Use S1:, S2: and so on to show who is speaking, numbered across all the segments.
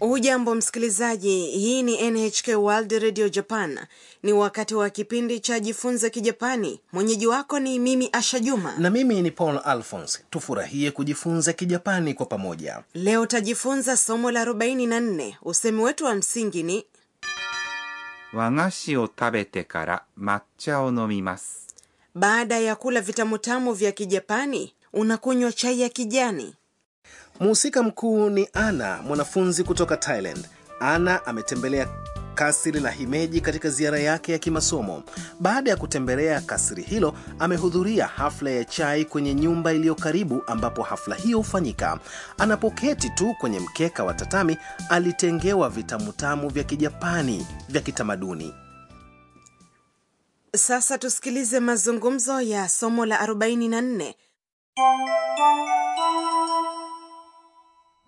S1: Hujambo msikilizaji, hii ni NHK World Radio Japan. Ni wakati wa kipindi cha jifunze Kijapani. Mwenyeji wako ni mimi Asha Juma.
S2: na mimi ni paul alphons tufurahie kujifunza kijapani kwa pamoja
S1: Leo tajifunza somo la 44. Usemi wetu wa msingi ni
S3: 和菓子を食べてから抹茶を飲みます。
S1: baada ya kula vitamutamu vya Kijapani unakunywa chai ya kijani.
S2: mhusika mkuu ni ana mwanafunzi kutoka thailand ana ametembelea kasri la himeji katika ziara yake ya kimasomo baada ya kutembelea kasri hilo amehudhuria hafla ya chai kwenye nyumba iliyo karibu ambapo hafla hiyo hufanyika anapoketi tu kwenye mkeka wa tatami alitengewa vitamutamu vya kijapani vya kitamaduni
S1: Sasa tusikilize mazungumzo ya somo la 44.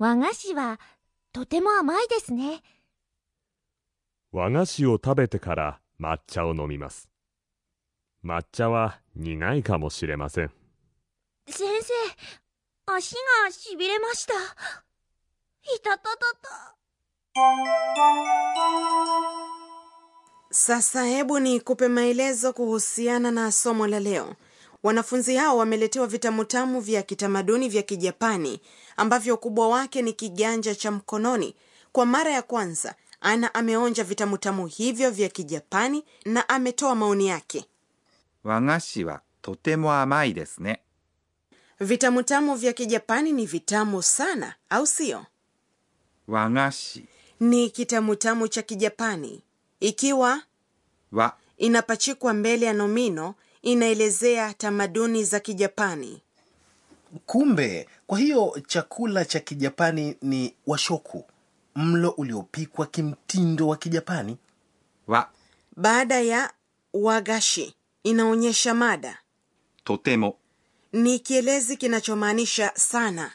S4: 和菓子はとても甘いですね
S5: 和菓子を食べてから抹茶を飲みます。抹茶は苦いかもしれません。
S4: 先生足がしびれましたいたたたた
S1: Sasa hebu nikupe maelezo kuhusiana na somo la leo. Wanafunzi hao wameletewa vitamutamu vya kitamaduni vya Kijapani ambavyo ukubwa wake ni kiganja cha mkononi. Kwa mara ya kwanza, Ana ameonja vitamutamu hivyo vya Kijapani na ametoa maoni yake.
S3: 和菓子はとても甘いですね。
S1: Vitamutamu vya Kijapani ni vitamu sana, au sio?
S3: 和菓子
S1: Ni kitamutamu cha Kijapani. Ikiwa
S3: は
S1: inapachikwa mbele ya nomino, inaelezea tamaduni za Kijapani.
S2: Kumbe, kwa hiyo chakula cha Kijapani ni washoku, mlo uliopikwa kimtindo wa Kijapani.
S3: は
S1: baada ya wagashi inaonyesha mada
S3: とても
S1: ni kielezi kinachomaanisha sana,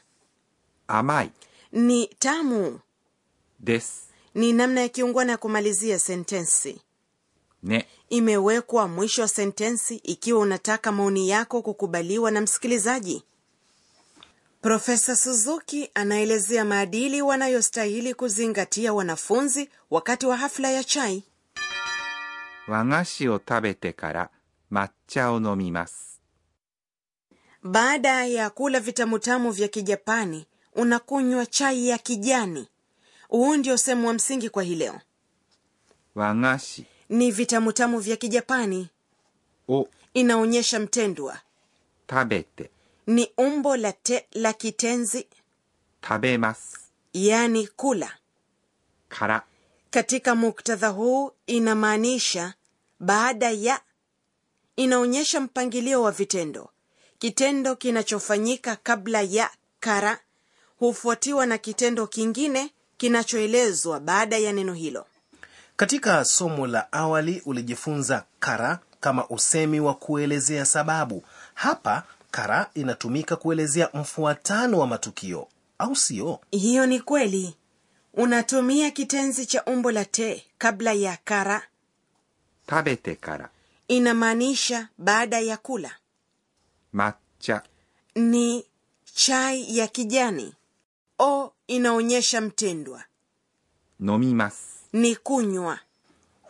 S3: 甘い
S1: ni tamu,
S3: です。
S1: ni namna ya kiungwana ya kumalizia sentensi.
S3: ね。
S1: Imewekwa mwisho wa sentensi ikiwa unataka maoni yako kukubaliwa na msikilizaji. Profesa Suzuki anaelezea maadili wanayostahili kuzingatia wanafunzi wakati wa hafla ya chai.
S3: 和菓子を食べてから抹茶を飲みます。
S1: Baada ya kula vitamutamu vya Kijapani unakunywa chai ya kijani. Huu ndio usemu wa msingi kwa hii leo,
S3: 和菓子
S1: ni vitamutamu vya Kijapani.
S3: を
S1: Inaonyesha mtendwa,
S3: 食べて
S1: ni umbo la te la kitenzi,
S3: 食べます。
S1: yaani kula.
S3: から、
S1: Katika muktadha huu inamaanisha baada ya, inaonyesha mpangilio wa vitendo. Kitendo kinachofanyika kabla ya kara hufuatiwa na kitendo kingine kinachoelezwa baada ya neno hilo.
S2: Katika somo la awali ulijifunza kara kama usemi wa kuelezea sababu. Hapa kara inatumika kuelezea mfuatano wa matukio, au sio?
S1: Hiyo ni kweli. Unatumia kitenzi cha umbo la te kabla ya kara,
S3: 食べてから
S1: inamaanisha baada ya kula.
S3: 抹茶
S1: Ni chai ya kijani. O inaonyesha mtendwa,
S3: 飲みます。
S1: ni kunywa.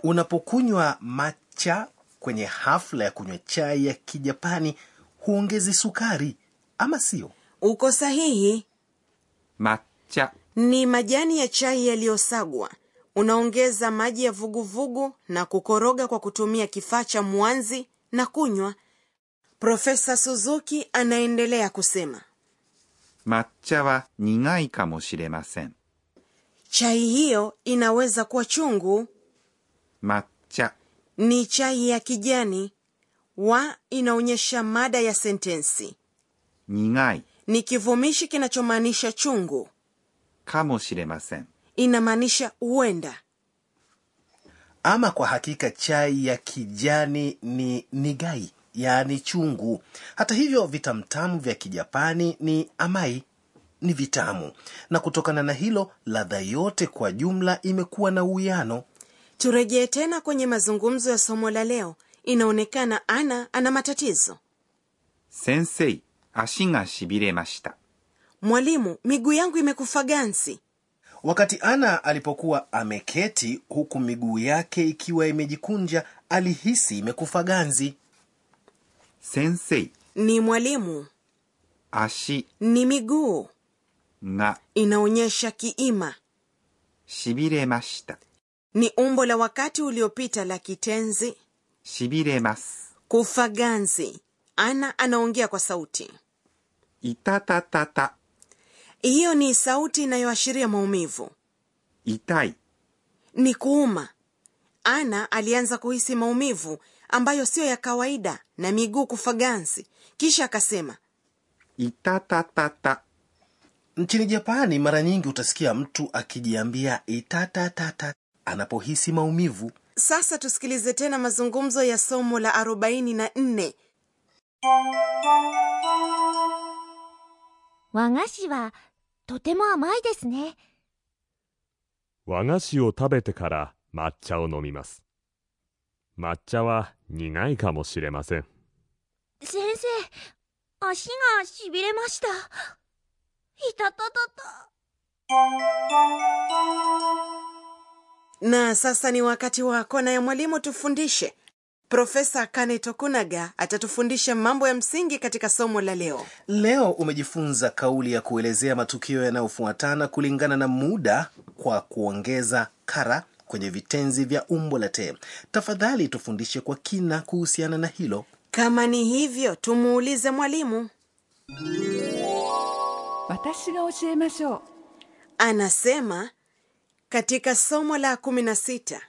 S2: Unapokunywa matcha kwenye hafla ya kunywa chai ya Kijapani huongezi sukari, ama sio?
S1: Uko sahihi,
S3: 抹茶
S1: ni majani ya chai yaliyosagwa. Unaongeza maji ya vuguvugu na kukoroga kwa kutumia kifaa cha mwanzi na kunywa. Profesa Suzuki anaendelea kusema.
S3: 抹茶は苦いかもしれません。
S1: Chai hiyo inaweza kuwa chungu,
S3: 抹茶
S1: ni chai ya kijani. Wa inaonyesha mada ya sentensi,
S3: 苦い
S1: ni kivumishi kinachomaanisha chungu,
S3: かもしれません。
S1: inamaanisha huenda.
S2: Ama kwa hakika chai ya kijani ni nigai, yaani chungu. Hata hivyo, vitamtamu vya Kijapani ni amai, ni vitamu, na kutokana na hilo ladha yote kwa jumla imekuwa na uwiano.
S1: Turejee tena kwenye mazungumzo ya somo la leo. Inaonekana Ana ana matatizo.
S3: 先生、足がしびれました。
S1: Mwalimu, miguu yangu imekufa ganzi.
S2: Wakati Ana alipokuwa ameketi huku miguu yake ikiwa imejikunja, alihisi imekufa ganzi.
S3: 先生
S1: ni mwalimu,
S3: 足
S1: ni miguu,
S3: が
S1: inaonyesha kiima,
S3: しびれました
S1: ni umbo la wakati uliopita la kitenzi
S3: しびれます
S1: kufa ganzi. Ana anaongea kwa sauti,
S3: いたたたた
S1: hiyo ni sauti inayoashiria maumivu,
S3: 痛い
S1: ni kuuma. Ana alianza kuhisi maumivu ambayo siyo ya kawaida na miguu kufa ganzi, kisha akasema
S3: いたたたた
S2: Nchini Japani, mara nyingi utasikia mtu akijiambia itatatata anapohisi maumivu.
S1: Sasa tusikilize tena mazungumzo ya somo la 44.
S4: 和菓子はとても甘いですね
S5: 和菓子を食べてから抹茶を飲みます抹茶は苦いかもしれません
S4: 先生足がしびれましたいたたたた
S1: Na sasa ni wakati wa kona ya mwalimu tufundishe. Profesa Kane Tokunaga atatufundisha mambo ya msingi katika somo la leo.
S2: Leo umejifunza kauli ya kuelezea matukio yanayofuatana kulingana na muda kwa kuongeza kara kwenye vitenzi vya umbo la te. Tafadhali tufundishe kwa kina kuhusiana na hilo.
S1: Kama ni hivyo, tumuulize mwalimu.
S6: 私が教えましょう
S1: Anasema katika somo la 16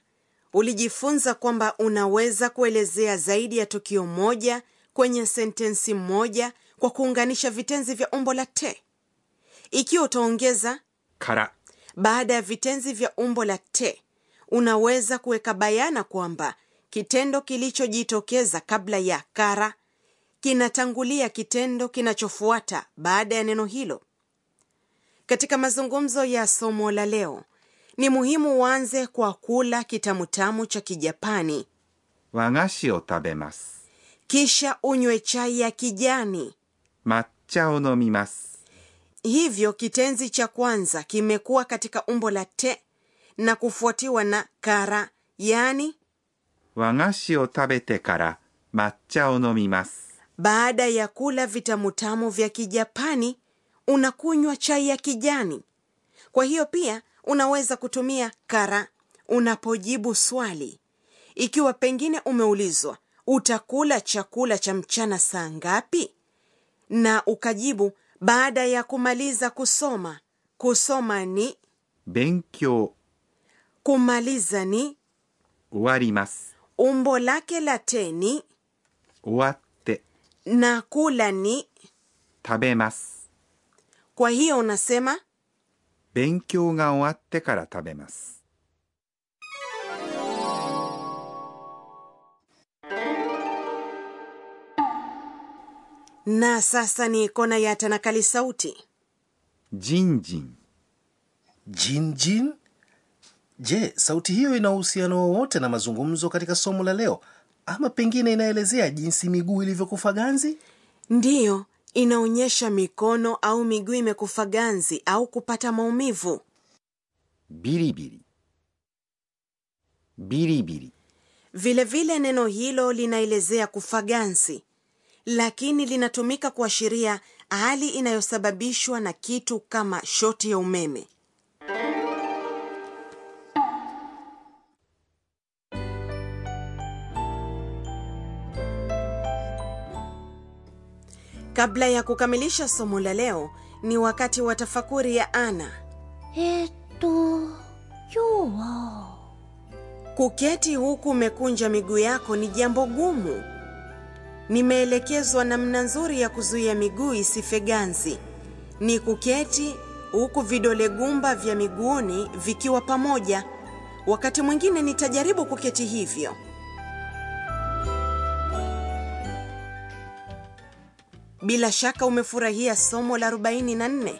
S1: ulijifunza kwamba unaweza kuelezea zaidi ya tukio moja kwenye sentensi moja kwa kuunganisha vitenzi vya umbo la te. Ikiwa utaongeza
S3: から
S1: baada ya vitenzi vya umbo la te unaweza kuweka bayana kwamba kitendo kilichojitokeza kabla ya kara kinatangulia kitendo kinachofuata baada ya neno hilo katika mazungumzo ya somo la leo ni muhimu uanze kwa kula kitamutamu cha kijapani
S3: 和菓子を食べます
S1: kisha unywe chai ya kijani
S3: 抹茶を飲みます
S1: hivyo kitenzi cha kwanza kimekuwa katika umbo la te na kufuatiwa na kara yaani yani
S3: 和菓子を食べてから抹茶を飲みます
S1: Baada ya kula vitamutamu vya Kijapani, unakunywa chai ya kijani. Kwa hiyo pia unaweza kutumia kara unapojibu swali, ikiwa pengine umeulizwa utakula chakula cha mchana saa ngapi, na ukajibu baada ya kumaliza kusoma. Kusoma ni
S3: 勉強
S1: kumaliza, ni
S3: 終わります
S1: umbo lake la te ni
S3: 終わって
S1: na kula ni.
S3: 食べます
S1: Kwa hiyo unasema
S3: 勉強が終わってから食べます
S1: na sasa ni kona ya tanakali sauti
S3: じんじん
S2: Jinjin. Je, sauti hiyo ina uhusiano wowote na mazungumzo katika somo la leo, ama pengine inaelezea jinsi miguu ilivyokufa ganzi?
S1: ndiyo inaonyesha mikono au miguu imekufa ganzi au kupata maumivu
S3: ビリビリビリビリ
S1: vilevile vile neno hilo linaelezea kufa ganzi lakini linatumika kuashiria hali inayosababishwa na kitu kama shoti ya umeme kabla ya kukamilisha somo la leo ni wakati wa tafakuri ya ana
S4: えー、っと今日は
S1: Kuketi huku umekunja miguu yako ni jambo gumu. Nimeelekezwa namna nzuri ya kuzuia miguu isife ganzi ni kuketi huku vidole gumba vya miguuni vikiwa pamoja. Wakati mwingine nitajaribu kuketi hivyo. Bila shaka umefurahia somo la 44.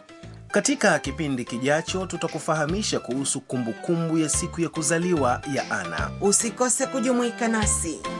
S2: Katika kipindi kijacho tutakufahamisha kuhusu kumbukumbu ya siku ya kuzaliwa ya Ana.
S1: Usikose kujumuika nasi.